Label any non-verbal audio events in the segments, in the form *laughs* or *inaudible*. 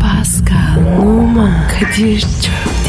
Pascal, Oman, Kadir çok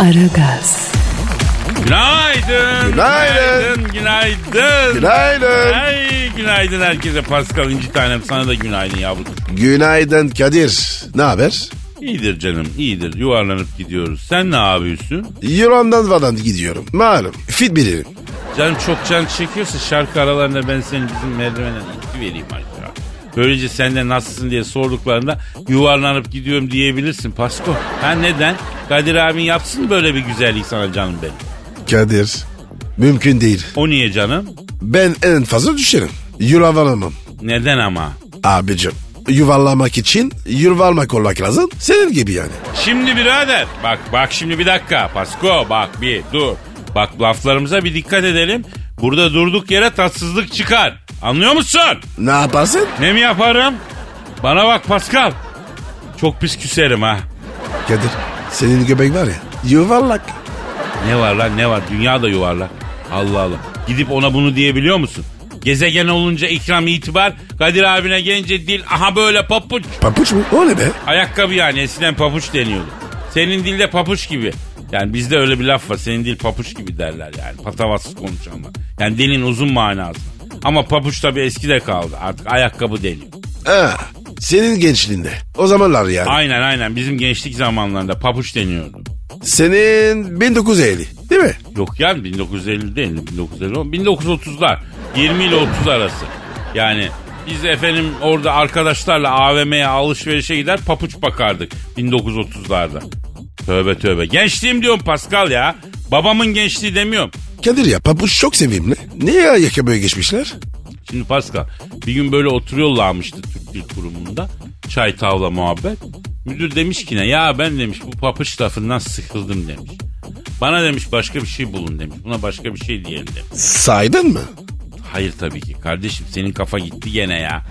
Aragaz, Günaydın. Günaydın. Günaydın. Günaydın. Ay, günaydın herkese Pascal İnci tanem sana da günaydın yavrum. Günaydın Kadir. Ne haber? İyidir canım iyidir yuvarlanıp gidiyoruz. Sen ne yapıyorsun? Yunan'dan falan gidiyorum. Malum. Fit biriyim. Canım çok can çekiyorsa şarkı aralarında ben senin bizim merdivene iki vereyim acaba. Böylece sen de nasılsın diye sorduklarında yuvarlanıp gidiyorum diyebilirsin Pasko. Ha neden? Kadir abin yapsın böyle bir güzellik sana canım benim. Kadir. Mümkün değil. O niye canım? Ben en fazla düşerim. Yuvarlanamam. Neden ama? Abicim. Yuvarlamak için yuvarlak olmak lazım. Senin gibi yani. Şimdi birader bak bak şimdi bir dakika Pasko bak bir dur. Bak laflarımıza bir dikkat edelim. Burada durduk yere tatsızlık çıkar. Anlıyor musun? Ne yaparsın? Ne mi yaparım? Bana bak Pascal. Çok pis küserim ha. Kadir. Senin göbek var ya. Yuvarlak. Ne var lan ne var dünya da yuvarlak. Allah Allah. Gidip ona bunu diyebiliyor musun? Gezegen olunca ikram itibar, Kadir abine gelince dil aha böyle papuç. Papuç mu? O ne be? Ayakkabı yani eskiden papuç deniyordu. Senin dilde papuç gibi. Yani bizde öyle bir laf var. Senin dil papuç gibi derler yani. Patavatsız konuşanlar. Yani dilin uzun manası. Ama papuç tabii eskide kaldı. Artık ayakkabı deniyor. Ha, senin gençliğinde. O zamanlar yani. Aynen aynen. Bizim gençlik zamanlarında papuç deniyordu. Senin 1950 değil mi? Yok yani 1950 değil. 1950, 1930'lar. 20 ile 30 arası. Yani biz efendim orada arkadaşlarla AVM'ye alışverişe gider papuç bakardık 1930'larda. Tövbe tövbe. Gençliğim diyorum Pascal ya. Babamın gençliği demiyorum. Kadir ya papuç çok sevimli. Niye ayakkabıya geçmişler? Şimdi Pascal bir gün böyle oturuyorlarmıştı Türk Dil Kurumu'nda. Çay tavla muhabbet. Müdür demiş ki ne ya ben demiş bu papuç lafından sıkıldım demiş. Bana demiş başka bir şey bulun demiş. Buna başka bir şey diyelim demiş. Saydın mı? Hayır tabii ki. Kardeşim senin kafa gitti gene ya.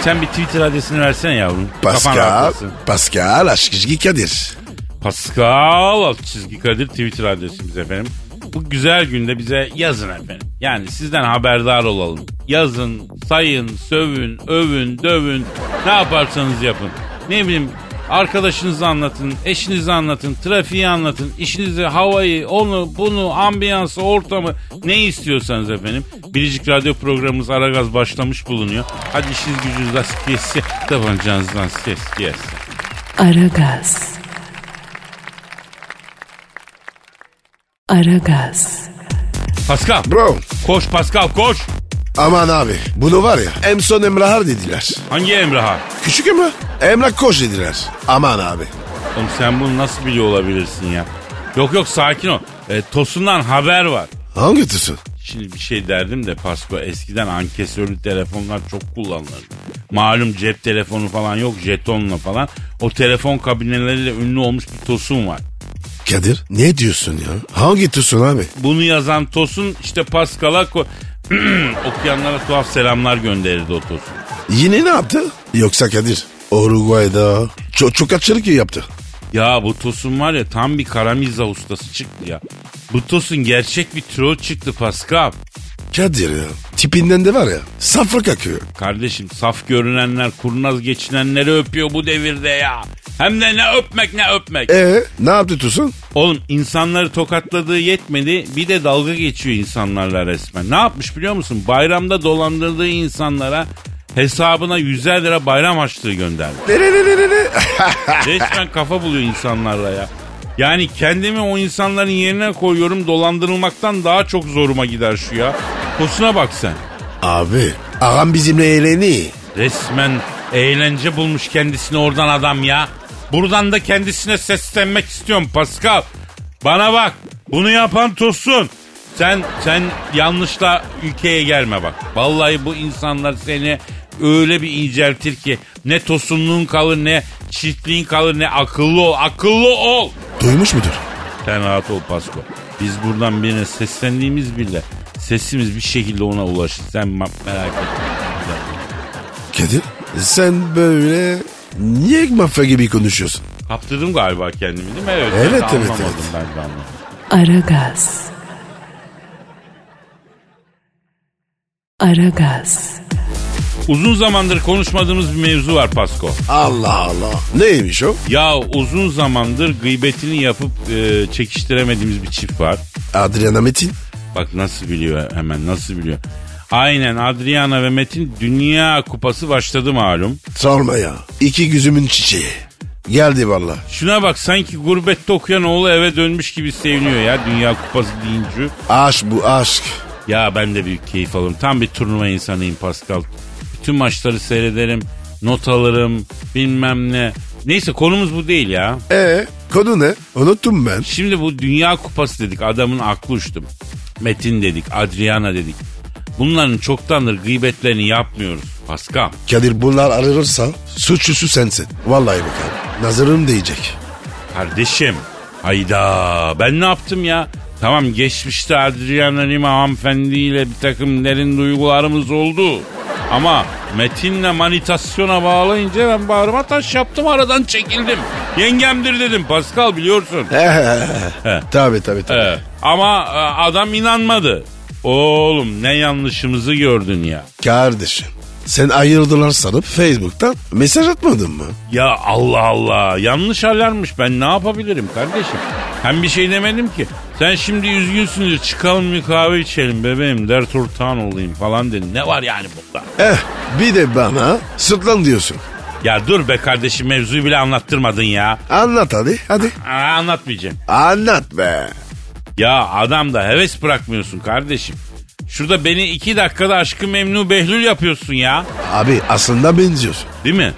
Sen bir Twitter adresini versene yavrum. Kafan Pascal, rahatlasın. Pascal Aşkışgi Kadir. Pascal alt çizgi Kadir Twitter adresimiz efendim. Bu güzel günde bize yazın efendim. Yani sizden haberdar olalım. Yazın, sayın, sövün, övün, dövün. Ne yaparsanız yapın. Ne bileyim arkadaşınızı anlatın, eşinizi anlatın, trafiği anlatın, işinizi, havayı, onu, bunu, ambiyansı, ortamı ne istiyorsanız efendim. Biricik radyo programımız Aragaz başlamış bulunuyor. Hadi işiniz gücünüz lastik yesin, tabancanızdan ses gelsin. Aragaz. Aragaz, Pascal. Bro. Koş Pascal koş. Aman abi bunu var ya en son Emrahar dediler. Hangi Emrah? Küçük Emrah. Emrah Koç dediler. Aman abi. Oğlum sen bunu nasıl biliyor olabilirsin ya? Yok yok sakin ol. E, Tosun'dan haber var. Hangi tusun? Şimdi bir şey derdim de Pasko eskiden ankesörlü telefonlar çok kullanılırdı. Malum cep telefonu falan yok jetonla falan. O telefon kabineleriyle ünlü olmuş bir Tosun var. Kadir ne diyorsun ya? Hangi tusun abi? Bunu yazan Tosun işte Pascal'a ko- *clears throat* okuyanlara tuhaf selamlar gönderirdi o Tosun. Yine ne yaptı? Yoksa Kadir Uruguay'da çok, çok açılık yaptı. Ya bu Tosun var ya tam bir karamiza ustası çıktı ya. Bu Tosun gerçek bir troll çıktı Pascal. Kadir ya tipinden de var ya saflık akıyor. Kardeşim saf görünenler kurnaz geçinenleri öpüyor bu devirde ya. Hem de ne öpmek ne öpmek. E ne yaptı Tosun? Oğlum insanları tokatladığı yetmedi bir de dalga geçiyor insanlarla resmen. Ne yapmış biliyor musun? Bayramda dolandırdığı insanlara hesabına 100 lira bayram harçlığı gönderdi. Ne ne ne ne *laughs* ne? Resmen kafa buluyor insanlarla ya. Yani kendimi o insanların yerine koyuyorum dolandırılmaktan daha çok zoruma gider şu ya. Tosuna bak sen. Abi ağam bizimle eğleni. Resmen eğlence bulmuş kendisini oradan adam ya. Buradan da kendisine seslenmek istiyorum Pascal. Bana bak bunu yapan Tosun. Sen sen yanlışla ülkeye gelme bak. Vallahi bu insanlar seni öyle bir inceltir ki ne tosunluğun kalır ne çiftliğin kalır ne akıllı ol akıllı ol. Duymuş mudur? Sen rahat ol Pasko. Biz buradan birine seslendiğimiz bile sesimiz bir şekilde ona ulaşır. Sen ma- merak etme. Kadir sen böyle niye mafya gibi konuşuyorsun? Kaptırdım galiba kendimi değil mi? Evet, Evet, ben de evet, evet. anlamadım ben de anlamadım. Aragaz. Aragaz. Uzun zamandır konuşmadığımız bir mevzu var Pasko. Allah Allah. Neymiş o? Ya uzun zamandır gıybetini yapıp e, çekiştiremediğimiz bir çift var. Adriana Metin. Bak nasıl biliyor hemen nasıl biliyor. Aynen Adriana ve Metin Dünya Kupası başladı malum. Sorma ya. İki gözümün çiçeği. Geldi valla. Şuna bak sanki gurbette okuyan oğlu eve dönmüş gibi seviniyor ya Dünya Kupası deyince. Aşk bu aşk. Ya ben de büyük keyif alırım. Tam bir turnuva insanıyım Pascal. Bütün maçları seyrederim, not alırım, bilmem ne. Neyse konumuz bu değil ya. E konu ne? Unuttum ben. Şimdi bu Dünya Kupası dedik. Adamın aklı uçtu. Metin dedik, Adriana dedik. Bunların çoktandır gıybetlerini yapmıyoruz. Pascal. Kadir bunlar arırırsa suçlusu sensin. Vallahi bak abi. Nazarım değecek. Kardeşim. Hayda ben ne yaptım ya? Tamam geçmişte Adriana Lima hanımefendiyle bir takım derin duygularımız oldu. Ama Metin'le manitasyona bağlayınca ben bağrıma taş yaptım aradan çekildim. Yengemdir dedim Pascal biliyorsun. Tabi tabi tabi. Ee, ama e, adam inanmadı. Oğlum ne yanlışımızı gördün ya. Kardeşim sen ayırdılar sanıp Facebook'tan mesaj atmadın mı? Ya Allah Allah yanlış alarmış ben ne yapabilirim kardeşim? Hem bir şey demedim ki. Sen şimdi üzgünsündür çıkalım bir kahve içelim bebeğim dert ortağın olayım falan dedin. Ne var yani bunda? Eh bir de bana sırtlan diyorsun. Ya dur be kardeşim mevzuyu bile anlattırmadın ya. Anlat hadi hadi. Aa, anlatmayacağım. Anlat be. Ya adam da heves bırakmıyorsun kardeşim. Şurada beni iki dakikada aşkı memnu behlül yapıyorsun ya. Abi aslında benziyorsun. Değil mi?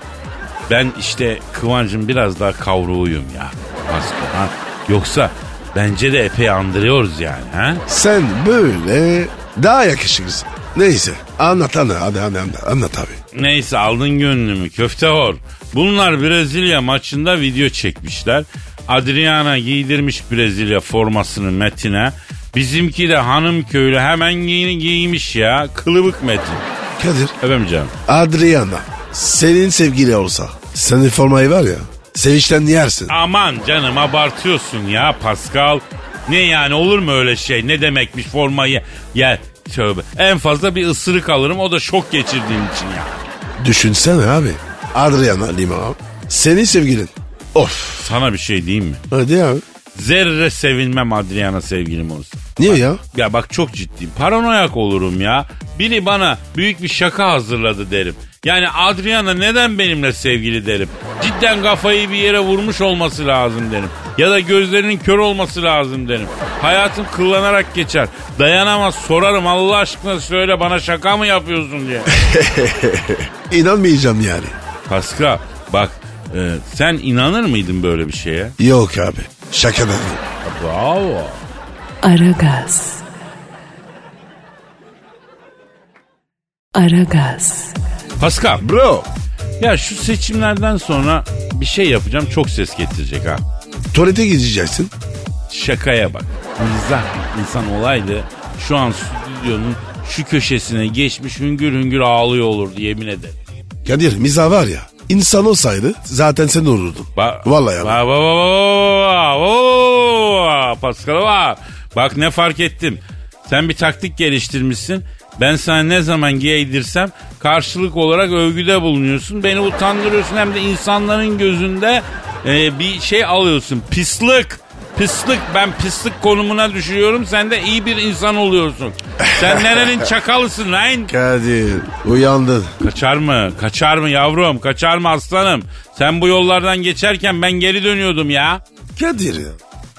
Ben işte Kıvancım biraz daha kavruğuyum ya. Aslında, ha? Yoksa bence de epey andırıyoruz yani. Ha? Sen böyle daha yakışıklısın. Neyse anlat anlat hadi hadi anlat, anlat abi. Neyse aldın gönlümü köfte hor. Bunlar Brezilya maçında video çekmişler. Adriana giydirmiş Brezilya formasını Metin'e. Bizimki de hanım köylü hemen giyini giymiş ya. Kılıbık Metin. Kadir Efendim canım. Adriana senin sevgili olsa senin formayı var ya sevinçten yersin. Aman canım abartıyorsun ya Pascal. Ne yani olur mu öyle şey? Ne demekmiş formayı? Ya tövbe. En fazla bir ısırık alırım o da şok geçirdiğim için ya. Düşünsene abi Adriana Lima senin sevgilin. Of Sana bir şey diyeyim mi? hadi abi. Zerre sevinmem Adriana sevgilim olsun. Niye ya? Ya bak çok ciddiyim. Paranoyak olurum ya. Biri bana büyük bir şaka hazırladı derim. Yani Adriana neden benimle sevgili derim. Cidden kafayı bir yere vurmuş olması lazım derim. Ya da gözlerinin kör olması lazım derim. Hayatım kıllanarak geçer. Dayanamaz sorarım Allah aşkına söyle bana şaka mı yapıyorsun diye. İnanmayacağım yani. Paska bak e, sen inanır mıydın böyle bir şeye? Yok abi şaka değil. Bravo. Aragaz. Aragaz. Paska Bro ya şu seçimlerden sonra bir şey yapacağım çok ses getirecek ha. tuvalete gideceksin. Şakaya bak. Mizah bir insan olaydı şu an stüdyonun şu köşesine geçmiş hüngür hüngür ağlıyor olurdu yemin ederim. Kadir miza var ya insan olsaydı zaten sen olurdun. Ba Vallahi abi. Ba ba ba ba- ba- ba- ba- Paskal'a bak. Bak ne fark ettim. Sen bir taktik geliştirmişsin. Ben sana ne zaman giydirsem karşılık olarak övgüde bulunuyorsun. Beni utandırıyorsun hem de insanların gözünde e, bir şey alıyorsun. Pislik. Pislik. Ben pislik konumuna düşüyorum. Sen de iyi bir insan oluyorsun. Sen nerenin çakalısın lan? Kadir uyandın. Kaçar mı? Kaçar mı yavrum? Kaçar mı aslanım? Sen bu yollardan geçerken ben geri dönüyordum ya. Kadir ya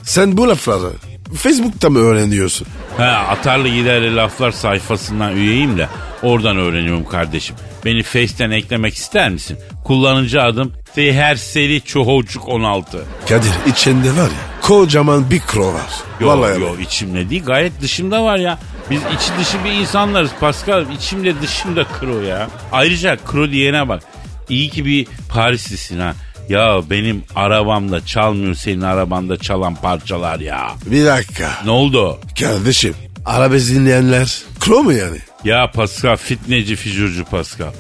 sen bu lafları Facebook'ta mı öğreniyorsun? Ha, atarlı giderli laflar sayfasından üyeyim de oradan öğreniyorum kardeşim. Beni Face'ten eklemek ister misin? Kullanıcı adım Seherseri Çoğocuk 16. Kadir içinde var ya kocaman bir kro var. Yo, Vallahi yo içimde değil gayet dışımda var ya. Biz içi dışı bir insanlarız Pascal. İçimde dışımda kro ya. Ayrıca kro diyene bak. İyi ki bir Parislisin ha. Ya benim arabamda çalmıyor senin arabanda çalan parçalar ya. Bir dakika. Ne oldu? Kardeşim arabesk dinleyenler kro mu yani? Ya Pascal fitneci figürcü Pascal.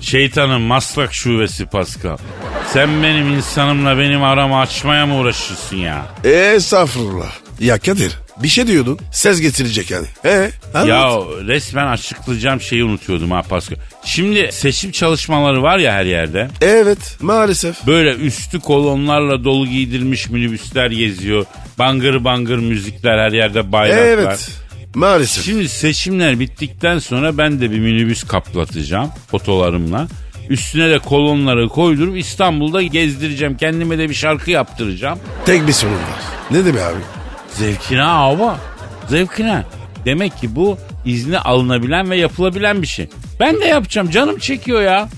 Şeytanın maslak şubesi Pascal. Sen benim insanımla benim aramı açmaya mı uğraşıyorsun ya? Estağfurullah. Ya Kadir bir şey diyordun. Ses getirecek yani. He? anlat. Ya resmen açıklayacağım şeyi unutuyordum ha Pascal. Şimdi seçim çalışmaları var ya her yerde. Evet maalesef. Böyle üstü kolonlarla dolu giydirilmiş minibüsler geziyor. Bangır bangır müzikler her yerde bayraklar. Evet maalesef. Şimdi seçimler bittikten sonra ben de bir minibüs kaplatacağım fotolarımla. Üstüne de kolonları koydurup İstanbul'da gezdireceğim. Kendime de bir şarkı yaptıracağım. Tek bir sorun var. Ne demek abi? Zevkine hava. Zevkine. Demek ki bu izni alınabilen ve yapılabilen bir şey. Ben de yapacağım. Canım çekiyor ya.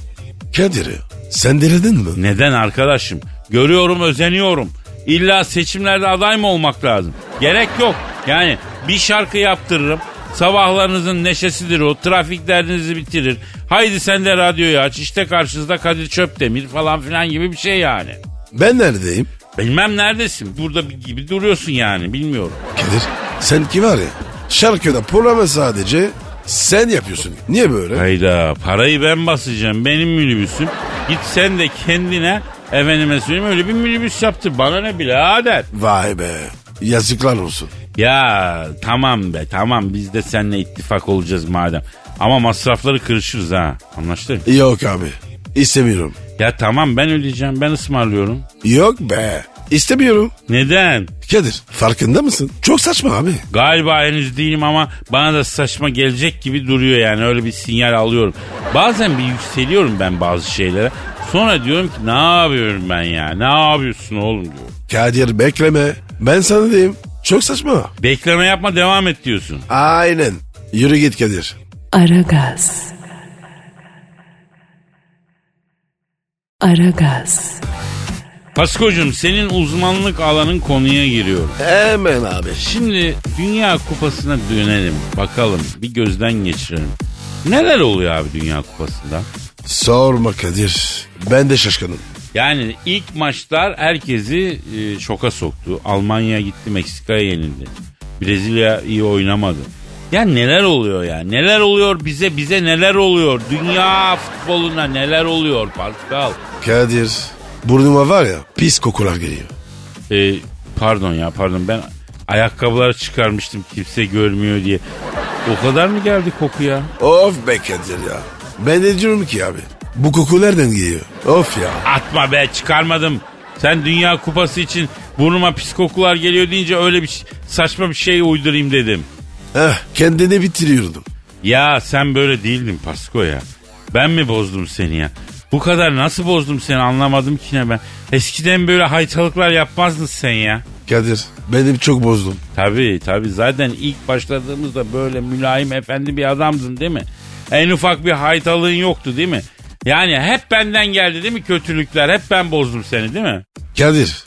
Kadir sen denedin mi? Neden arkadaşım? Görüyorum özeniyorum. İlla seçimlerde aday mı olmak lazım? Gerek yok. Yani bir şarkı yaptırırım. Sabahlarınızın neşesidir o. Trafik derdinizi bitirir. Haydi sen de radyoyu aç. İşte karşınızda Kadir Çöpdemir falan filan gibi bir şey yani. Ben neredeyim? Bilmem neredesin. Burada bir gibi duruyorsun yani bilmiyorum. Kadir sen ki var ya şarkıda programı sadece sen yapıyorsun. Niye böyle? Hayda parayı ben basacağım benim minibüsüm. Git sen de kendine efendime söyleyeyim öyle bir minibüs yaptı. Bana ne birader. Vay be yazıklar olsun. Ya tamam be tamam biz de seninle ittifak olacağız madem. Ama masrafları kırışırız ha anlaştık. Yok abi istemiyorum. Ya tamam ben ödeyeceğim ben ısmarlıyorum. Yok be istemiyorum. Neden? Kadir farkında mısın? Çok saçma abi. Galiba henüz değilim ama bana da saçma gelecek gibi duruyor yani öyle bir sinyal alıyorum. Bazen bir yükseliyorum ben bazı şeylere. Sonra diyorum ki ne yapıyorum ben ya ne yapıyorsun oğlum diyorum. Kadir bekleme. Ben sana diyeyim. Çok saçma. Bekleme yapma devam et diyorsun. Aynen. Yürü git Kadir. Aragaz. Aragaz. Paskocuğum senin uzmanlık alanın konuya giriyor. Hemen abi. Şimdi Dünya Kupası'na dönelim. Bakalım bir gözden geçirelim. Neler oluyor abi Dünya Kupası'nda? Sorma Kadir. Ben de şaşkınım. Yani ilk maçlar herkesi e, şoka soktu. Almanya gitti Meksika'ya yenildi. Brezilya iyi oynamadı. Ya neler oluyor ya? Neler oluyor bize bize neler oluyor? Dünya futboluna neler oluyor Pascal? Kadir. Burnuma var ya pis kokular geliyor. E, pardon ya pardon ben ayakkabıları çıkarmıştım kimse görmüyor diye. O kadar mı geldi koku ya? Of be Kadir ya. Ben de diyorum ki abi. Bu koku nereden geliyor? Of ya. Atma be çıkarmadım. Sen Dünya Kupası için burnuma pis kokular geliyor deyince öyle bir ş- saçma bir şey uydurayım dedim. Heh, kendini bitiriyordum. Ya sen böyle değildin Pasko ya. Ben mi bozdum seni ya? Bu kadar nasıl bozdum seni anlamadım ki ne ben. Eskiden böyle haytalıklar yapmazdın sen ya. Kadir benim çok bozdum. Tabii tabii zaten ilk başladığımızda böyle mülayim efendi bir adamdın değil mi? En ufak bir haytalığın yoktu değil mi? Yani hep benden geldi değil mi kötülükler? Hep ben bozdum seni değil mi? Kadir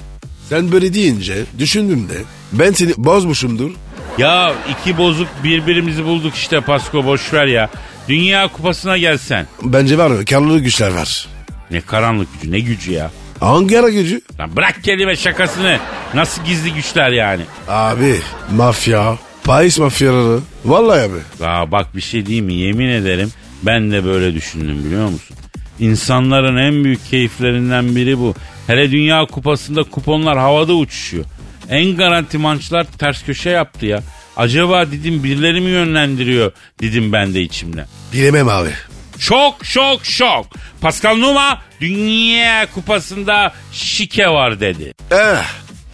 sen böyle deyince düşündüm de ben seni bozmuşumdur. Ya iki bozuk birbirimizi bulduk işte Pasko boşver ya. Dünya kupasına gelsen. Bence var ya karlı güçler var. Ne karanlık gücü ne gücü ya. Hangi ara gücü? Lan bırak kelime şakasını. Nasıl gizli güçler yani. Abi mafya, Paris mafyaları. Vallahi abi. Aa bak bir şey diyeyim mi yemin ederim ben de böyle düşündüm biliyor musun? İnsanların en büyük keyiflerinden biri bu. Hele Dünya Kupası'nda kuponlar havada uçuşuyor. En garanti maçlar ters köşe yaptı ya. Acaba dedim birileri mi yönlendiriyor dedim ben de içimden. Bilemem abi. Şok şok şok. Pascal Numa Dünya Kupası'nda şike var dedi. Eh,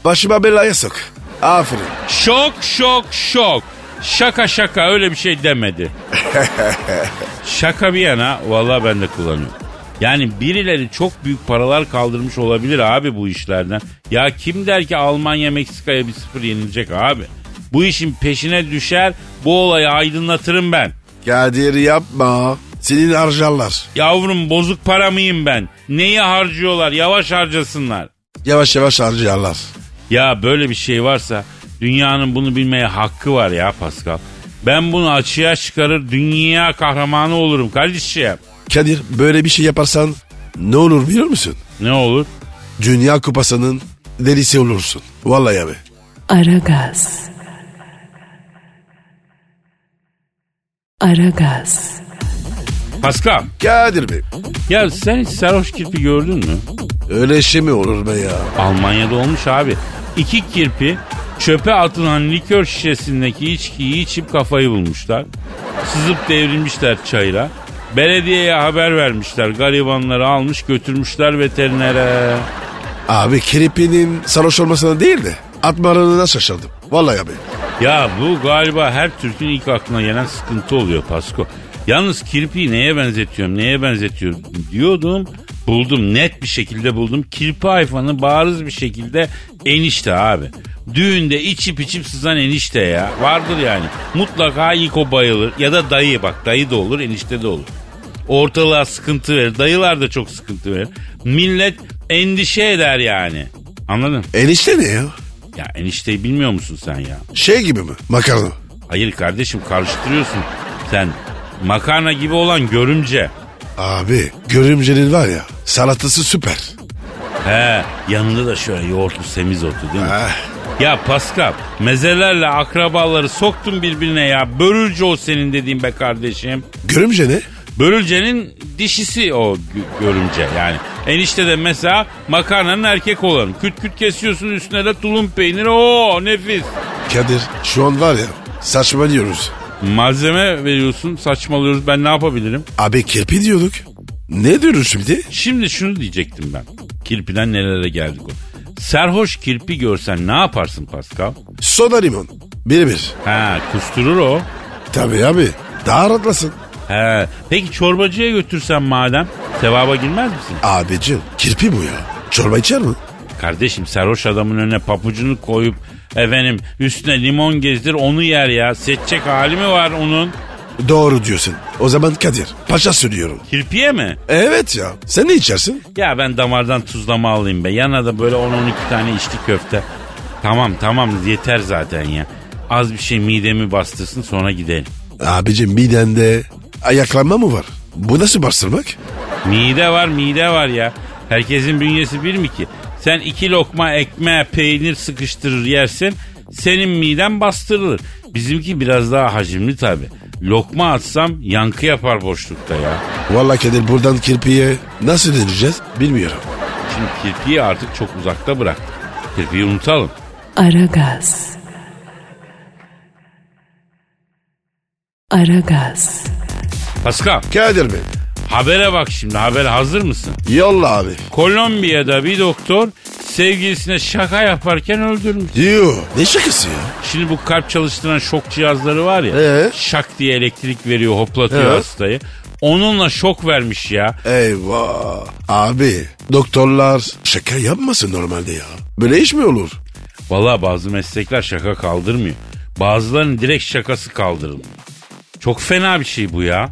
başıma belaya sok. Aferin. Şok şok şok. Şaka şaka öyle bir şey demedi. şaka bir yana vallahi ben de kullanıyorum. Yani birileri çok büyük paralar kaldırmış olabilir abi bu işlerden. Ya kim der ki Almanya Meksika'ya bir sıfır yenilecek abi. Bu işin peşine düşer bu olayı aydınlatırım ben. Kadir yapma. Senin harcarlar. Yavrum bozuk para mıyım ben? Neyi harcıyorlar yavaş harcasınlar. Yavaş yavaş harcarlar. Ya böyle bir şey varsa dünyanın bunu bilmeye hakkı var ya Pascal. Ben bunu açığa çıkarır dünya kahramanı olurum kardeşim. Kadir böyle bir şey yaparsan ne olur biliyor musun? Ne olur? Dünya kupasının delisi olursun. Vallahi abi. Aragaz. Aragaz. Pascal Kadir Bey. ya sen hiç sarhoş kirpi gördün mü? Öyle şey mi olur be ya? Almanya'da olmuş abi. İki kirpi çöpe atılan likör şişesindeki içkiyi içip kafayı bulmuşlar. Sızıp devrilmişler çayıra. Belediyeye haber vermişler. Garibanları almış götürmüşler veterinere. Abi kirpinin sarhoş olmasına değil de atmalarına şaşırdım. Vallahi abi. Ya bu galiba her Türk'ün ilk aklına gelen sıkıntı oluyor Pasko. Yalnız kirpiyi neye benzetiyorum, neye benzetiyorum diyordum. Buldum, net bir şekilde buldum. Kirpi hayvanı bariz bir şekilde enişte abi. Düğünde içip içip sızan enişte ya. Vardır yani. Mutlaka ilk o bayılır. Ya da dayı bak dayı da olur, enişte de olur. Ortalığa sıkıntı verir. Dayılar da çok sıkıntı verir. Millet endişe eder yani. Anladın? Enişte ne ya? Ya enişteyi bilmiyor musun sen ya? Şey gibi mi? Makarna. Hayır kardeşim karıştırıyorsun. Sen makarna gibi olan görümce. Abi görümcenin var ya salatası süper. He yanında da şöyle yoğurtlu semizotu değil mi? Ah, Ya Pascal mezelerle akrabaları soktun birbirine ya. Börülce o senin dediğin be kardeşim. görümce ne? Börülcenin dişisi o gö- görümce yani. Enişte de mesela makarnanın erkek olanı. Küt küt kesiyorsun üstüne de tulum peyniri. Oo nefis. Kadir şu an var ya saçmalıyoruz. Malzeme veriyorsun saçmalıyoruz ben ne yapabilirim? Abi kirpi diyorduk. Ne diyoruz şimdi? Şimdi şunu diyecektim ben. Kirpiden nelere geldik o. Serhoş kirpi görsen ne yaparsın Pascal? Soda limon. Bir bir. Ha kusturur o. Tabii abi. Daha rahatlasın. He. Peki çorbacıya götürsen madem sevaba girmez misin? Abicim kirpi bu ya. Çorba içer mi? Kardeşim serhoş adamın önüne papucunu koyup efendim üstüne limon gezdir onu yer ya. Seçecek hali mi var onun? Doğru diyorsun. O zaman Kadir paşa sürüyorum. Kirpiye mi? Evet ya. Sen ne içersin? Ya ben damardan tuzlama alayım be. Yanına da böyle 10-12 tane içli köfte. Tamam tamam yeter zaten ya. Az bir şey midemi bastırsın sonra gidelim. Abicim midende ayaklanma mı var? Bu nasıl bastırmak? Mide var mide var ya. Herkesin bünyesi bir mi ki? Sen iki lokma ekmeğe peynir sıkıştırır yersin. Senin miden bastırılır. Bizimki biraz daha hacimli tabi. Lokma atsam yankı yapar boşlukta ya. Vallahi Kadir buradan kirpiye nasıl döneceğiz bilmiyorum. Şimdi kirpiyi artık çok uzakta bıraktık. Kirpiyi unutalım. Aragaz. Aragaz. Pascal Kadir Bey habere bak şimdi habere hazır mısın? yolla abi. Kolombiya'da bir doktor sevgilisine şaka yaparken öldürmüş. Yo ne şakası ya? Şimdi bu kalp çalıştıran şok cihazları var ya. Ee? Şak diye elektrik veriyor hoplatıyor Evet. hastayı. Onunla şok vermiş ya. Eyvah abi doktorlar şaka yapmasın normalde ya. Böyle iş mi olur? Valla bazı meslekler şaka kaldırmıyor. Bazılarının direkt şakası kaldırılıyor. Çok fena bir şey bu ya.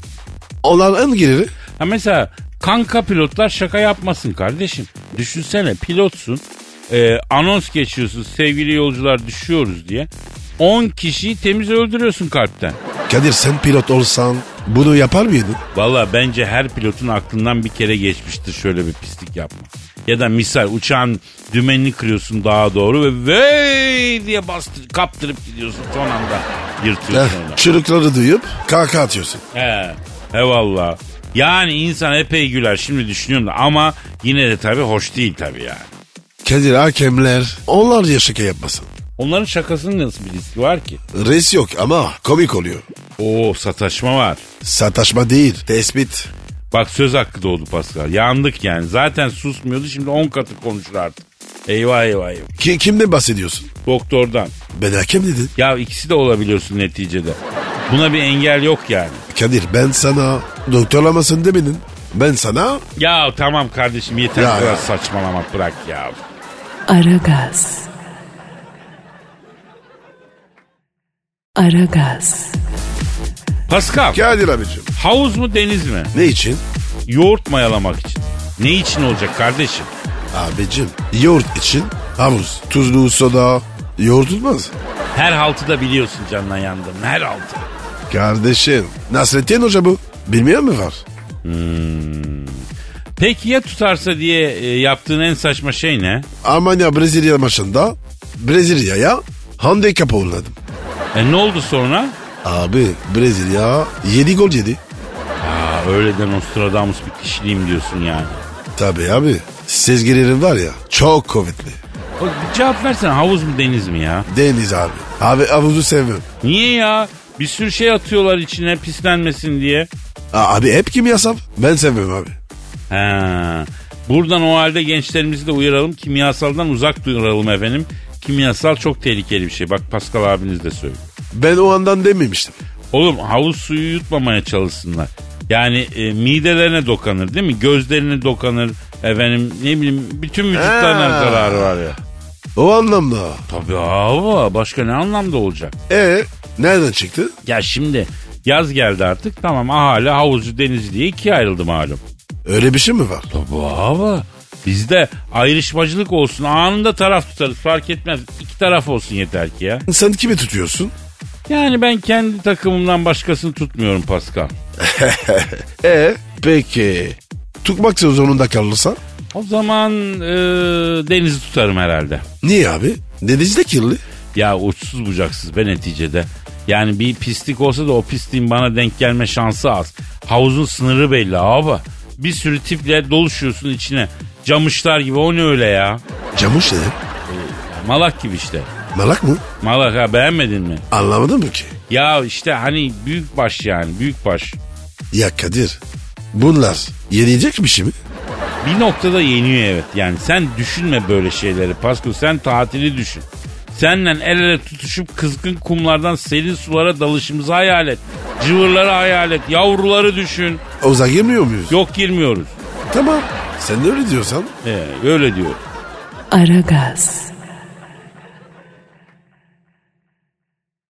Olan en gireri Ha mesela kanka pilotlar şaka yapmasın kardeşim. Düşünsene pilotsun. Ee, anons geçiyorsun sevgili yolcular düşüyoruz diye. 10 kişiyi temiz öldürüyorsun kalpten. Kadir sen pilot olsan bunu yapar mıydın? Valla bence her pilotun aklından bir kere geçmiştir şöyle bir pislik yapma. Ya da misal uçağın dümenini kırıyorsun daha doğru ve vey diye bastır, kaptırıp gidiyorsun son anda yırtıyorsun Eh, onu. çığlıkları duyup kaka atıyorsun. He, he valla. Yani insan epey güler şimdi düşünüyorum da ama yine de tabii hoş değil tabii yani. Kadir hakemler onlar ya şaka yapmasın. Onların şakasının nasıl bir riski var ki? Res yok ama komik oluyor. Oo sataşma var. Sataşma değil tespit. Bak söz hakkı doğdu Pascal. Yandık yani. Zaten susmuyordu şimdi 10 katı konuşur artık. Eyvah eyvah eyvah. Ki, kimden bahsediyorsun? Doktordan. Ben hakem dedin. Ya ikisi de olabiliyorsun neticede. Buna bir engel yok yani. Kadir ben sana doktorlamasın demedim. Ben sana Ya tamam kardeşim yeter Ya, bu kadar ya. saçmalamak bırak ya. Aragaz. Aragaz. Pascal Kadir abicim. havuz mu deniz mi? Ne için? Yoğurt mayalamak için. Ne için olacak kardeşim? Abicim yoğurt için havuz. Tuzlu soda yoğurt tutmaz. Her haltı da biliyorsun canına yandım her haltı. Kardeşim Nasrettin Hoca bu. Bilmiyor mu var? Peki ya tutarsa diye e, yaptığın en saçma şey ne? Almanya Brezilya maçında Brezilya'ya handikap uğradım. E ne oldu sonra? Abi Brezilya 7 gol yedi. Aa, öyleden Nostradamus bir kişiliğim diyorsun yani. Tabii abi. Sezgilerin var ya çok kuvvetli. O, bir cevap versene havuz mu deniz mi ya? Deniz abi. Abi havuzu seviyorum. Niye ya? Bir sürü şey atıyorlar içine pislenmesin diye. Aa, Abi hep kimyasal. Ben seviyorum abi. Ha. Buradan o halde gençlerimizi de uyaralım. Kimyasaldan uzak duralım efendim. Kimyasal çok tehlikeli bir şey. Bak Pascal abiniz de söylüyor. Ben o andan dememiştim. Oğlum havuz suyu yutmamaya çalışsınlar. Yani e, midelerine dokanır değil mi? Gözlerine dokanır. Efendim ne bileyim bütün vücutlarına Ha. zararı var ya. O anlamda. Tabii abi başka ne anlamda olacak? E nereden çıktı? Ya şimdi yaz geldi artık tamam ahali havuzcu denizci diye ikiye ayrıldı malum. Öyle bir şey mi var? Tabii abi. Bizde ayrışmacılık olsun anında taraf tutarız fark etmez. İki taraf olsun yeter ki ya. Sen kimi tutuyorsun? Yani ben kendi takımımdan başkasını tutmuyorum Pascal. E peki. Tutmak zorunda kalırsan? O zaman e, denizi tutarım herhalde. Niye abi? Deniz de kirli. Ya uçsuz bucaksız be neticede. Yani bir pislik olsa da o pisliğin bana denk gelme şansı az. Havuzun sınırı belli abi. Bir sürü tiple doluşuyorsun içine. Camışlar gibi o ne öyle ya? Camuş ne? Malak gibi işte. Malak mı? Malak ha beğenmedin mi? Anlamadım mı ki? Ya işte hani büyük baş yani büyük baş. Ya Kadir bunlar yenecek bir şey mi? Bir noktada yeniyor evet. Yani sen düşünme böyle şeyleri Pasko. Sen tatili düşün. Senden el ele tutuşup kızgın kumlardan serin sulara dalışımızı hayal et. Cıvırları hayal et. Yavruları düşün. Oza girmiyor muyuz? Yok girmiyoruz. Tamam. Sen de öyle diyorsan. Ee, öyle diyor. Aragaz.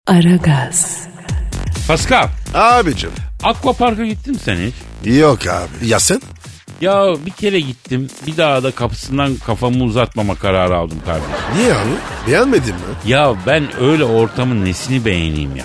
Aragaz. Pascal, Abicim. Aquapark'a gittin mi sen hiç? Yok abi. Ya sen? Ya bir kere gittim. Bir daha da kapısından kafamı uzatmama kararı aldım kardeşim. Niye abi? Beğenmedin mi? Ya ben öyle ortamın nesini beğeneyim ya.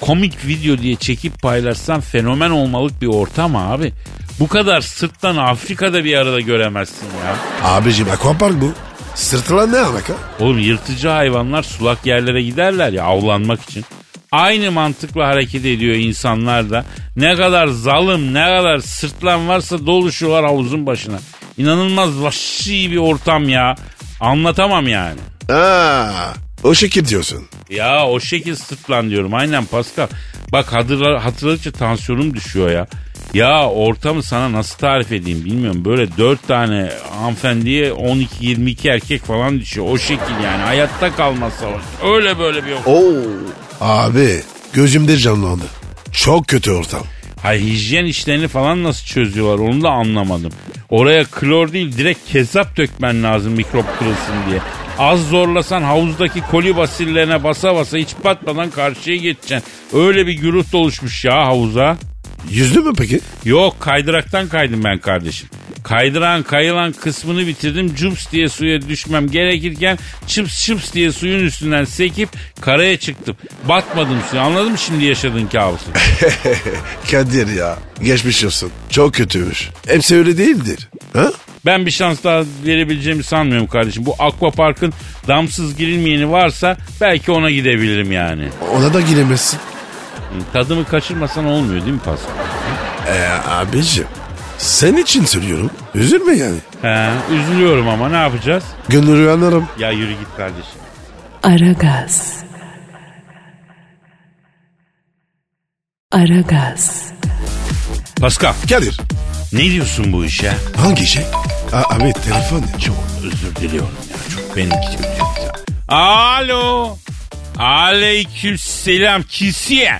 Komik video diye çekip paylaşsam fenomen olmalık bir ortam abi. Bu kadar sırttan Afrika'da bir arada göremezsin ya. Abicim akvapark bu. Sırtına ne alaka? Oğlum yırtıcı hayvanlar sulak yerlere giderler ya avlanmak için. Aynı mantıkla hareket ediyor insanlar da. Ne kadar zalim, ne kadar sırtlan varsa doluşuyorlar havuzun başına. İnanılmaz vahşi bir ortam ya. Anlatamam yani. Aa, o şekil diyorsun. Ya o şekil sırtlan diyorum aynen Pascal. Bak hatırla, hatırladıkça tansiyonum düşüyor ya. Ya ortamı sana nasıl tarif edeyim bilmiyorum. Böyle dört tane hanımefendiye 12-22 erkek falan düşüyor. O şekil yani hayatta kalmaz savaş. Öyle böyle bir ortam. Oo. Abi gözümde canlandı. Çok kötü ortam. Hay hijyen işlerini falan nasıl çözüyorlar onu da anlamadım. Oraya klor değil direkt kesap dökmen lazım mikrop kırılsın diye. Az zorlasan havuzdaki koli basillerine basa basa hiç batmadan karşıya geçeceksin. Öyle bir güruh oluşmuş ya havuza. Yüzdü mü peki? Yok kaydıraktan kaydım ben kardeşim. Kaydıran kayılan kısmını bitirdim. Cups diye suya düşmem gerekirken çıps çıps diye suyun üstünden sekip karaya çıktım. Batmadım suya anladın mı şimdi yaşadığın kabusu? Kadir ya. Geçmiş olsun. Çok kötüymüş. Hepsi öyle değildir. Ha? Ben bir şans daha verebileceğimi sanmıyorum kardeşim. Bu aquaparkın damsız girilmeyeni varsa belki ona gidebilirim yani. Ona da giremezsin. Tadımı kaçırmasan olmuyor değil mi Pasko? Ee, abicim. Sen için söylüyorum. Üzülme yani. He, üzülüyorum ama ne yapacağız? Gönül uyanırım. Ya yürü git kardeşim. Aragaz. Aragaz. Pascal Kadir. ne diyorsun bu işe? Hangi şey? Aa, abi telefon ya. Çok. Özür diliyorum ya çok benimki çok kötü. Alo. Aleyküm selam kisiye.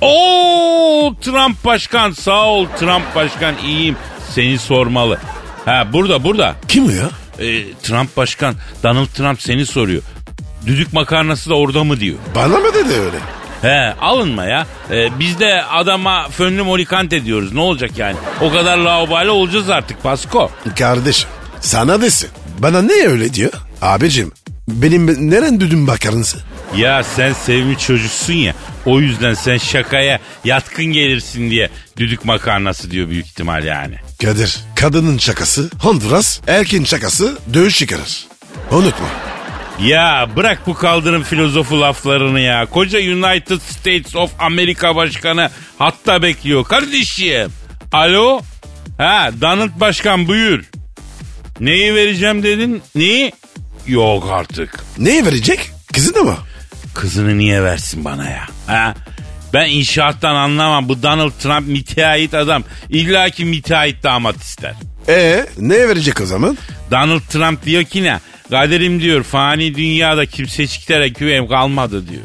Oo Trump başkan sağ ol Trump başkan iyiyim seni sormalı. Ha burada burada. Kim o ya? Ee, Trump başkan Donald Trump seni soruyor. Düdük makarnası da orada mı diyor. Bana mı dedi öyle? He alınma ya. Ee, biz de adama fönlü molikante diyoruz. Ne olacak yani? O kadar laubali olacağız artık Pasko. Kardeşim sana desin. Bana ne öyle diyor? Abicim benim neren düdüm bakarınızı? Ya sen sevimli çocuksun ya. O yüzden sen şakaya yatkın gelirsin diye düdük makarnası diyor büyük ihtimal yani. Kadir, kadının şakası Honduras, erkeğin şakası dövüş çıkarır. Unutma. Ya bırak bu kaldırım filozofu laflarını ya. Koca United States of America Başkanı hatta bekliyor. Kardeşim. Alo. Ha Donald Başkan buyur. Neyi vereceğim dedin? Neyi? Yok artık. Neyi verecek? Kızın da mı? Kızını niye versin bana ya? Ha? Ben inşaattan anlamam. Bu Donald Trump müteahhit adam. İlla ki müteahhit damat ister. Ee, neye verecek o zaman? Donald Trump diyor ki ne? Kaderim diyor fani dünyada kimseçiklere güvenim kalmadı diyor.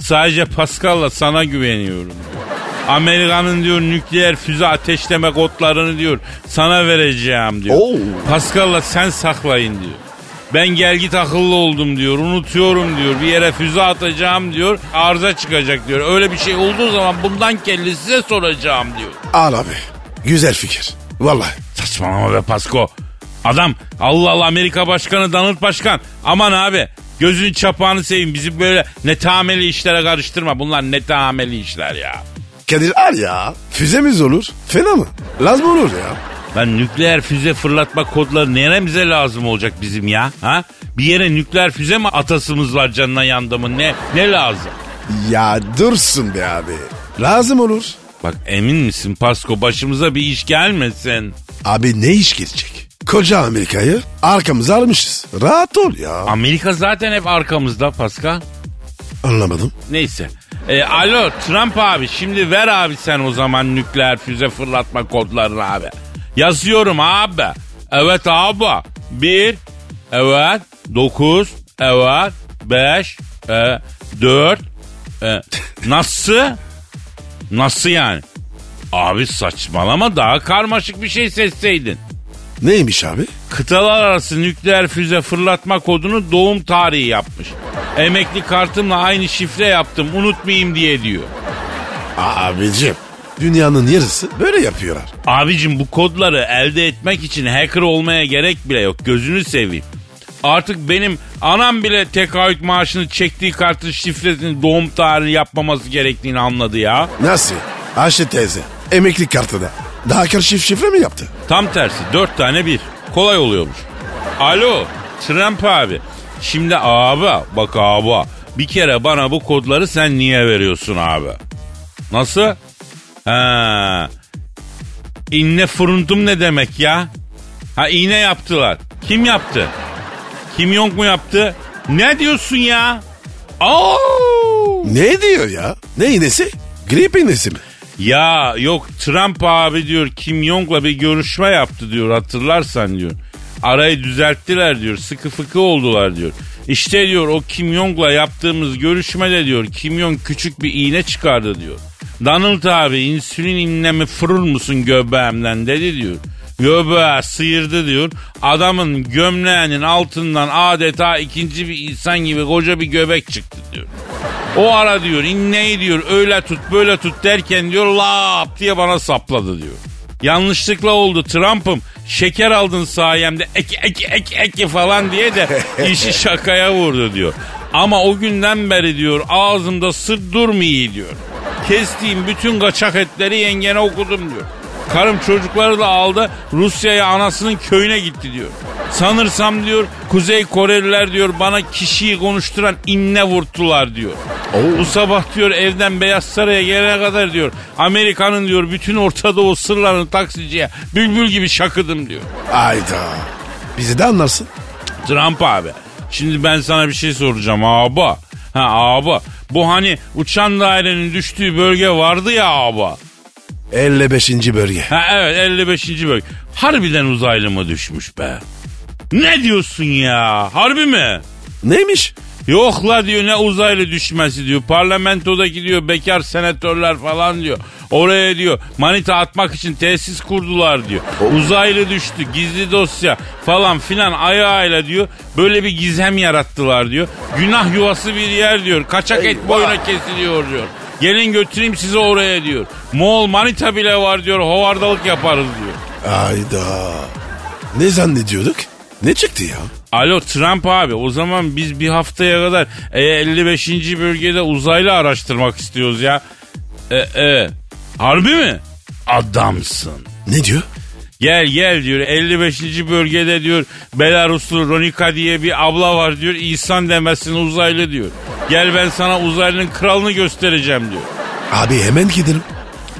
Sadece Pascal'la sana güveniyorum diyor. Amerika'nın diyor nükleer füze ateşleme kodlarını diyor sana vereceğim diyor. Oo. Pascal'la sen saklayın diyor. Ben gelgit akıllı oldum diyor. Unutuyorum diyor. Bir yere füze atacağım diyor. Arıza çıkacak diyor. Öyle bir şey olduğu zaman bundan kelli size soracağım diyor. Al abi. Güzel fikir. Vallahi. Saçmalama be Pasko. Adam Allah Allah Amerika Başkanı Donald Başkan. Aman abi gözün çapağını seveyim bizi böyle netameli işlere karıştırma. Bunlar netameli işler ya. Kadir al ya. Füzemiz olur. Fena mı? Lazım olur ya. Lan nükleer füze fırlatma kodları neremize lazım olacak bizim ya? Ha? Bir yere nükleer füze mi atasımız var canına yandı mı? Ne, ne lazım? Ya dursun be abi. Lazım olur. Bak emin misin Pasko başımıza bir iş gelmesin. Abi ne iş girecek? Koca Amerika'yı arkamıza almışız. Rahat ol ya. Amerika zaten hep arkamızda Pascal. Anlamadım. Neyse. E, alo Trump abi şimdi ver abi sen o zaman nükleer füze fırlatma kodlarını abi. Yazıyorum abi. Evet abi. Bir. Evet. Dokuz. Evet. Beş. E, dört. E, nasıl? Nasıl yani? Abi saçmalama daha karmaşık bir şey seçseydin. Neymiş abi? Kıtalar arası nükleer füze fırlatma kodunu doğum tarihi yapmış. Emekli kartımla aynı şifre yaptım unutmayayım diye diyor. Abicim. Dünyanın yarısı böyle yapıyorlar. Abicim bu kodları elde etmek için hacker olmaya gerek bile yok. Gözünü seveyim. Artık benim anam bile tekaüt maaşını çektiği kartın şifresini doğum tarihi yapmaması gerektiğini anladı ya. Nasıl? Ayşe teyze. Emekli kartına. Daha karşı şifre mi yaptı? Tam tersi dört tane bir. Kolay oluyormuş. Alo Trump abi. Şimdi abi bak abi bir kere bana bu kodları sen niye veriyorsun abi? Nasıl? Ha. İnne fırındım ne demek ya? Ha iğne yaptılar. Kim yaptı? Kim Jong mu yaptı? Ne diyorsun ya? Aa! Ne diyor ya? Ne iğnesi? Grip iğnesi mi? Ya yok Trump abi diyor Kim Jong'la bir görüşme yaptı diyor hatırlarsan diyor. Arayı düzelttiler diyor sıkı fıkı oldular diyor. İşte diyor o Kim Jong'la yaptığımız görüşmede diyor Kim Jong küçük bir iğne çıkardı diyor. Donald abi insülin inlemi fırır mısın göbeğimden dedi diyor. Göbeği sıyırdı diyor. Adamın gömleğinin altından adeta ikinci bir insan gibi koca bir göbek çıktı diyor. O ara diyor inneyi diyor öyle tut böyle tut derken diyor lap diye bana sapladı diyor. Yanlışlıkla oldu Trump'ım şeker aldın sayemde ek ek ek ek falan diye de işi şakaya vurdu diyor. Ama o günden beri diyor ağzımda sır durmuyor diyor. Kestiğim bütün kaçak etleri yengene okudum diyor. Karım çocukları da aldı Rusya'ya anasının köyüne gitti diyor. Sanırsam diyor Kuzey Koreliler diyor bana kişiyi konuşturan inne vurttular diyor. Bu sabah diyor evden Beyaz Saray'a gelene kadar diyor Amerika'nın diyor bütün Orta Doğu sırlarını taksiciye bülbül gibi şakıdım diyor. Ayda. Bizi de anlarsın. Trump abi. Şimdi ben sana bir şey soracağım aba. Ha aba. Bu hani uçan dairenin düştüğü bölge vardı ya aba. 55. bölge. Ha evet 55. bölge. Harbiden uzaylı mı düşmüş be? Ne diyorsun ya? Harbi mi? Neymiş? Yok la diyor ne uzaylı düşmesi diyor. Parlamentodaki diyor bekar senatörler falan diyor. Oraya diyor manita atmak için tesis kurdular diyor. Uzaylı düştü gizli dosya falan filan ayağıyla diyor. Böyle bir gizem yarattılar diyor. Günah yuvası bir yer diyor. Kaçak et boyuna kesiliyor diyor. Gelin götüreyim sizi oraya diyor. Moğol manita bile var diyor. Hovardalık yaparız diyor. Ayda. Ne zannediyorduk? Ne çıktı ya? Alo Trump abi o zaman biz bir haftaya kadar e, 55. bölgede uzaylı araştırmak istiyoruz ya. E, e, harbi mi? Adamsın. Ne diyor? Gel gel diyor 55. bölgede diyor Belaruslu Ronika diye bir abla var diyor İhsan demesin uzaylı diyor. Gel ben sana uzaylının kralını göstereceğim diyor. Abi hemen gidelim.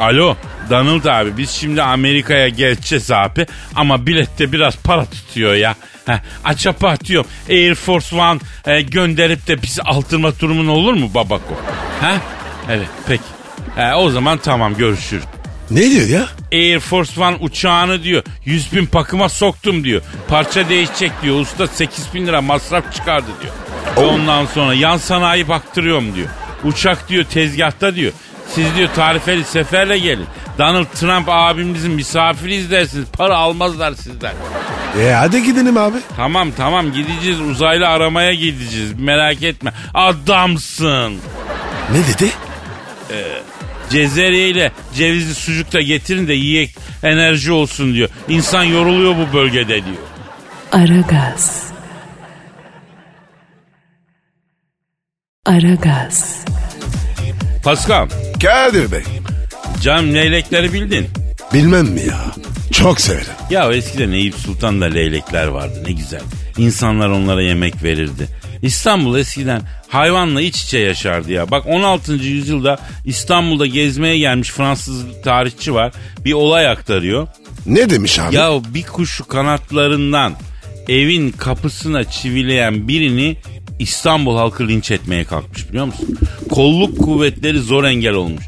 Alo Donald abi biz şimdi Amerika'ya geçeceğiz abi ama bilette biraz para tutuyor ya. Heh, acaba diyorum Air Force One e, gönderip de bizi altırma durumun olur mu babako? Ha? Evet peki. E, o zaman tamam görüşürüz. Ne diyor ya? Air Force One uçağını diyor 100 bin pakıma soktum diyor. Parça değişecek diyor. Usta 8 bin lira masraf çıkardı diyor. Ve Ondan sonra yan sanayi baktırıyorum diyor. Uçak diyor tezgahta diyor. Siz diyor tarifeli seferle gelin. Donald Trump abimizin misafiriyiz dersiniz. Para almazlar sizden. E hadi gidelim abi. Tamam tamam gideceğiz uzaylı aramaya gideceğiz. Merak etme. Adamsın. Ne dedi? Cezeriye ile cevizli sucuk da getirin de yiyek enerji olsun diyor. İnsan yoruluyor bu bölgede diyor. Aragaz. Aragaz. Paskal, Kadir Bey. cam leylekleri bildin. Bilmem mi ya? Çok severim. Ya eskiden Eyüp Sultan'da leylekler vardı ne güzel. İnsanlar onlara yemek verirdi. İstanbul eskiden hayvanla iç içe yaşardı ya. Bak 16. yüzyılda İstanbul'da gezmeye gelmiş Fransız tarihçi var. Bir olay aktarıyor. Ne demiş abi? Ya bir kuşu kanatlarından evin kapısına çivileyen birini İstanbul halkı linç etmeye kalkmış biliyor musun? Kolluk kuvvetleri zor engel olmuş.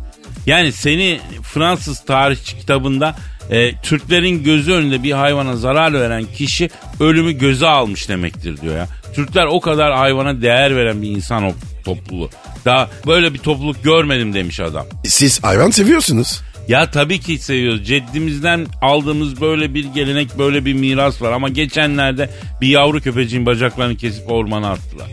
Yani seni Fransız tarihçi kitabında e, Türklerin gözü önünde bir hayvana zarar veren kişi ölümü göze almış demektir diyor ya. Türkler o kadar hayvana değer veren bir insan o topluluğu. Daha böyle bir topluluk görmedim demiş adam. Siz hayvan seviyorsunuz. Ya tabii ki seviyoruz. Ceddimizden aldığımız böyle bir gelenek, böyle bir miras var. Ama geçenlerde bir yavru köpeciğin bacaklarını kesip ormana attılar.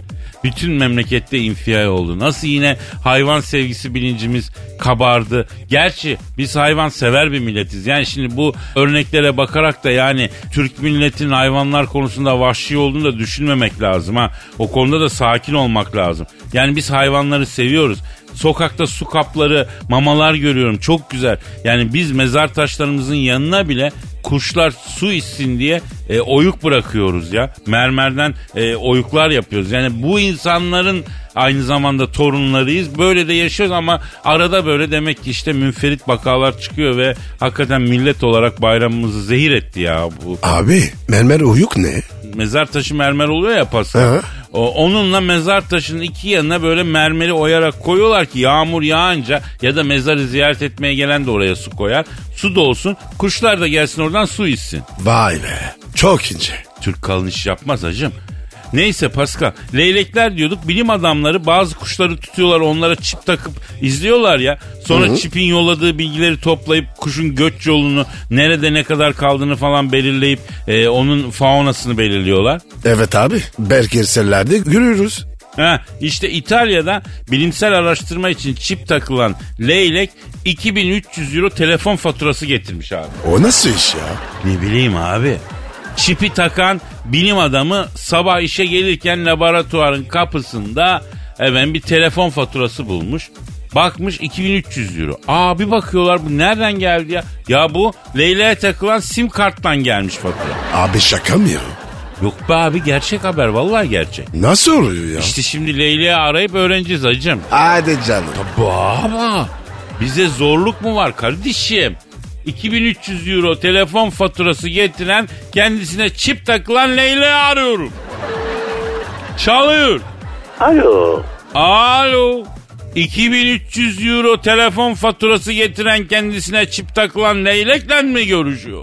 Bütün memlekette infial oldu. Nasıl yine hayvan sevgisi bilincimiz kabardı. Gerçi biz hayvan sever bir milletiz. Yani şimdi bu örneklere bakarak da yani Türk milletinin hayvanlar konusunda vahşi olduğunu da düşünmemek lazım ha. O konuda da sakin olmak lazım. Yani biz hayvanları seviyoruz. Sokakta su kapları, mamalar görüyorum. Çok güzel. Yani biz mezar taşlarımızın yanına bile kuşlar su içsin diye e, oyuk bırakıyoruz ya. Mermerden e, oyuklar yapıyoruz. Yani bu insanların aynı zamanda torunlarıyız. Böyle de yaşıyoruz ama arada böyle demek ki işte münferit bakalar çıkıyor ve hakikaten millet olarak bayramımızı zehir etti ya bu Abi mermer uyuk ne? mezar taşı mermer oluyor ya Pascal. Hı. O, onunla mezar taşının iki yanına böyle mermeri oyarak koyuyorlar ki yağmur yağınca ya da mezarı ziyaret etmeye gelen de oraya su koyar. Su da olsun kuşlar da gelsin oradan su içsin. Vay be. Çok ince. Türk kalın iş yapmaz hacım. Neyse Pascal leylekler diyorduk bilim adamları bazı kuşları tutuyorlar onlara çip takıp izliyorlar ya. Sonra çipin yolladığı bilgileri toplayıp kuşun göç yolunu nerede ne kadar kaldığını falan belirleyip e, onun faunasını belirliyorlar. Evet abi. Belgesellerde görüyoruz. Ha, işte İtalya'da bilimsel araştırma için çip takılan leylek 2300 euro telefon faturası getirmiş abi. O nasıl iş ya? Ne bileyim abi. Çipi takan bilim adamı sabah işe gelirken laboratuvarın kapısında efendim bir telefon faturası bulmuş. Bakmış 2300 euro. Aa bir bakıyorlar bu nereden geldi ya? Ya bu leyleğe takılan sim karttan gelmiş fatura. Abi şaka mı ya? Yok be abi gerçek haber vallahi gerçek. Nasıl oluyor ya? İşte şimdi leyleği arayıp öğreneceğiz acım. Hadi canım. Baba bize zorluk mu var kardeşim? 2300 euro telefon faturası getiren kendisine çip takılan Leyla arıyorum. Çalıyor. Alo. Alo. 2300 euro telefon faturası getiren kendisine çip takılan leylekle mi görüşüyor?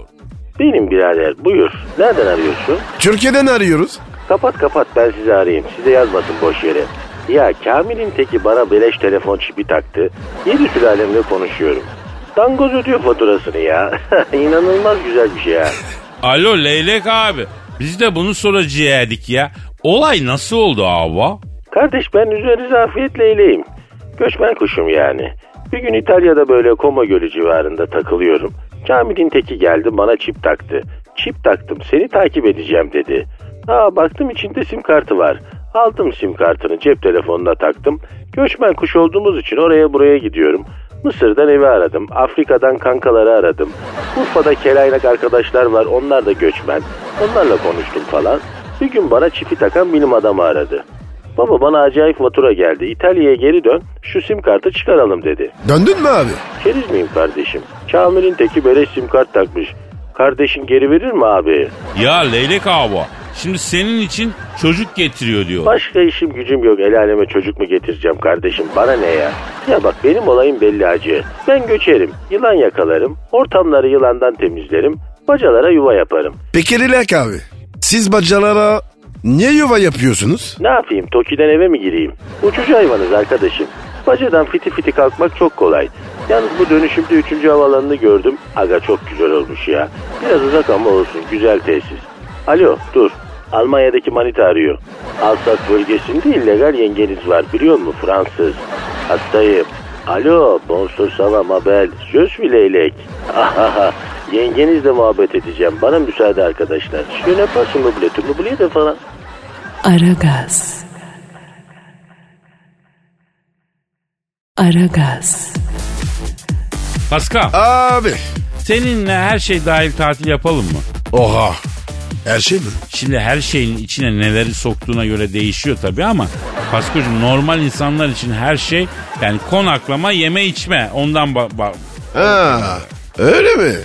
Benim birader buyur. Nereden arıyorsun? Türkiye'den arıyoruz. Kapat kapat ben sizi arayayım. Size yazmasın boş yere. Ya Kamil'in teki bana beleş telefon çipi taktı. Yedi sülalemle konuşuyorum. Dangoz ödüyor faturasını ya. *laughs* İnanılmaz güzel bir şey ya. Alo leylek abi. Biz de bunu soracaktık ya. Olay nasıl oldu abi? Kardeş ben üzerinize afiyet leyleyim. Göçmen kuşum yani. Bir gün İtalya'da böyle Koma Gölü civarında takılıyorum. Kamil'in teki geldi bana çip taktı. Çip taktım seni takip edeceğim dedi. Aa baktım içinde sim kartı var. Aldım sim kartını cep telefonuna taktım. Göçmen kuş olduğumuz için oraya buraya gidiyorum. Mısır'dan evi aradım. Afrika'dan kankaları aradım. Urfa'da kelaynak arkadaşlar var. Onlar da göçmen. Onlarla konuştum falan. Bir gün bana çipi takan bilim adamı aradı. Baba bana acayip fatura geldi. İtalya'ya geri dön. Şu sim kartı çıkaralım dedi. Döndün mü abi? Keriz miyim kardeşim? Kamil'in teki beleş sim kart takmış. Kardeşin geri verir mi abi? Ya leylek abi. Şimdi senin için çocuk getiriyor diyor. Başka işim gücüm yok. El aleme çocuk mu getireceğim kardeşim? Bana ne ya? Ya bak benim olayım belli acı. Ben göçerim. Yılan yakalarım. Ortamları yılandan temizlerim. Bacalara yuva yaparım. Peki Rilek abi. Siz bacalara niye yuva yapıyorsunuz? Ne yapayım? Toki'den eve mi gireyim? Uçucu hayvanız arkadaşım. Bacadan fiti fiti kalkmak çok kolay. Yalnız bu dönüşümde 3. havalanını gördüm. Aga çok güzel olmuş ya. Biraz uzak ama olsun. Güzel tesis. Alo dur. Almanya'daki manita arıyor. Alsat bölgesinde illegal yengeniz var biliyor musun Fransız? Hastayım. Alo bonsoir salam abel. Söz mü leylek? Ahaha. Yengenizle muhabbet edeceğim. Bana müsaade arkadaşlar. Şöyle yaparsın mı bile? Tüm de falan. Aragaz. Aragaz. Paskal Abi. seninle her şey dahil tatil yapalım mı? Oha. Her şey mi? Şimdi her şeyin içine neleri soktuğuna göre değişiyor tabii ama Paskocuğum normal insanlar için her şey yani konaklama yeme içme ondan ba- ba- Ha, öyle mi?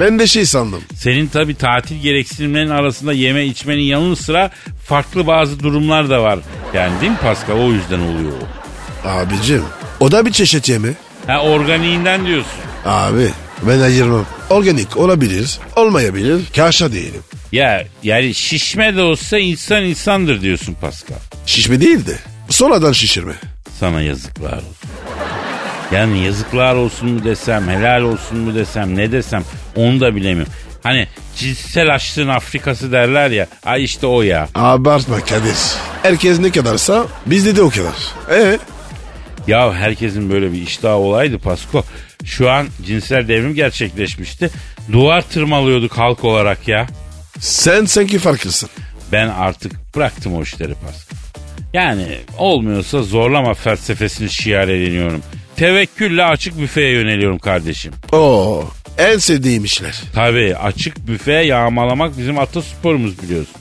Ben de şey sandım. Senin tabi tatil gereksinimlerin arasında yeme içmenin yanı sıra farklı bazı durumlar da var. Yani değil mi Pascal o yüzden oluyor o. Abicim o da bir çeşit yemi. Ha organiğinden diyorsun. Abi ben ayırmam. Organik olabilir, olmayabilir. Kaşa diyelim. Ya yani şişme de olsa insan insandır diyorsun Pascal. Şişme değil de sonradan şişirme. Sana yazıklar olsun. Yani yazıklar olsun mu desem, helal olsun mu desem, ne desem onu da bilemiyorum. Hani cinsel açlığın Afrikası derler ya. Ay işte o ya. Abartma Kadir. Herkes ne kadarsa bizde de o kadar. Ee, Ya herkesin böyle bir iştahı olaydı Pasko. Şu an cinsel devrim gerçekleşmişti. Duvar tırmalıyorduk halk olarak ya. sen sanki farklısın. Ben artık bıraktım o işleri Pasko. Yani olmuyorsa zorlama felsefesini şiareleniyorum. Tevekkülle açık büfeye yöneliyorum kardeşim. Oo, en sevdiğim işler. Tabii açık büfe yağmalamak bizim atasporumuz biliyorsun.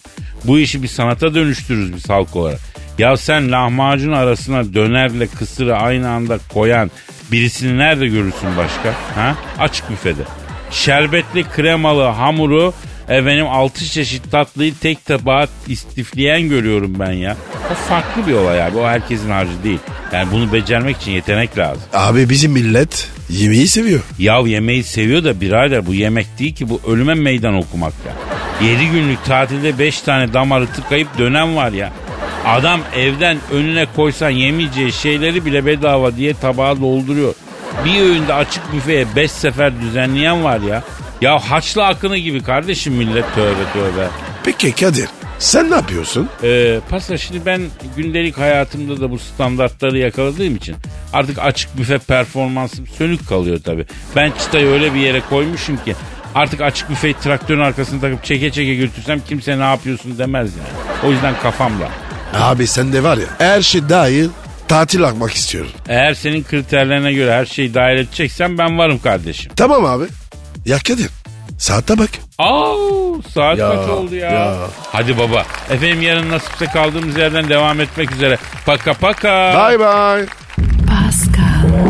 Bu işi bir sanata dönüştürürüz biz halk olarak. Ya sen lahmacun arasına dönerle kısırı aynı anda koyan birisini nerede görürsün başka? Ha? Açık büfede. Şerbetli kremalı hamuru efendim altı çeşit tatlıyı tek tabağa istifleyen görüyorum ben ya. O farklı bir olay abi. O herkesin harcı değil. Yani bunu becermek için yetenek lazım. Abi bizim millet yemeği seviyor. Yav yemeği seviyor da birader bu yemek değil ki bu ölüme meydan okumak ya. 7 günlük tatilde 5 tane damarı tıkayıp dönem var ya. Adam evden önüne koysan yemeyeceği şeyleri bile bedava diye tabağa dolduruyor. Bir öğünde açık büfeye 5 sefer düzenleyen var ya. Ya haçlı akını gibi kardeşim millet tövbe tövbe. Peki Kadir, sen ne yapıyorsun? Ee, pasta şimdi ben gündelik hayatımda da bu standartları yakaladığım için artık açık büfe performansım sönük kalıyor tabii. Ben çıtayı öyle bir yere koymuşum ki artık açık büfeyi traktörün arkasına takıp çeke çeke götürsem kimse ne yapıyorsun demez yani. O yüzden kafamla. Abi sen de var ya her şey dahil tatil akmak istiyorum. Eğer senin kriterlerine göre her şeyi dahil edeceksen ben varım kardeşim. Tamam abi. Ya Kadir, saate bak. Aa, saat Ya, kaç oldu ya? ya. Hadi baba. Efendim yarın nasipse kaldığımız yerden devam etmek üzere. Paka paka. Bye bye. Pascal,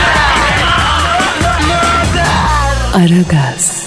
Aragaz.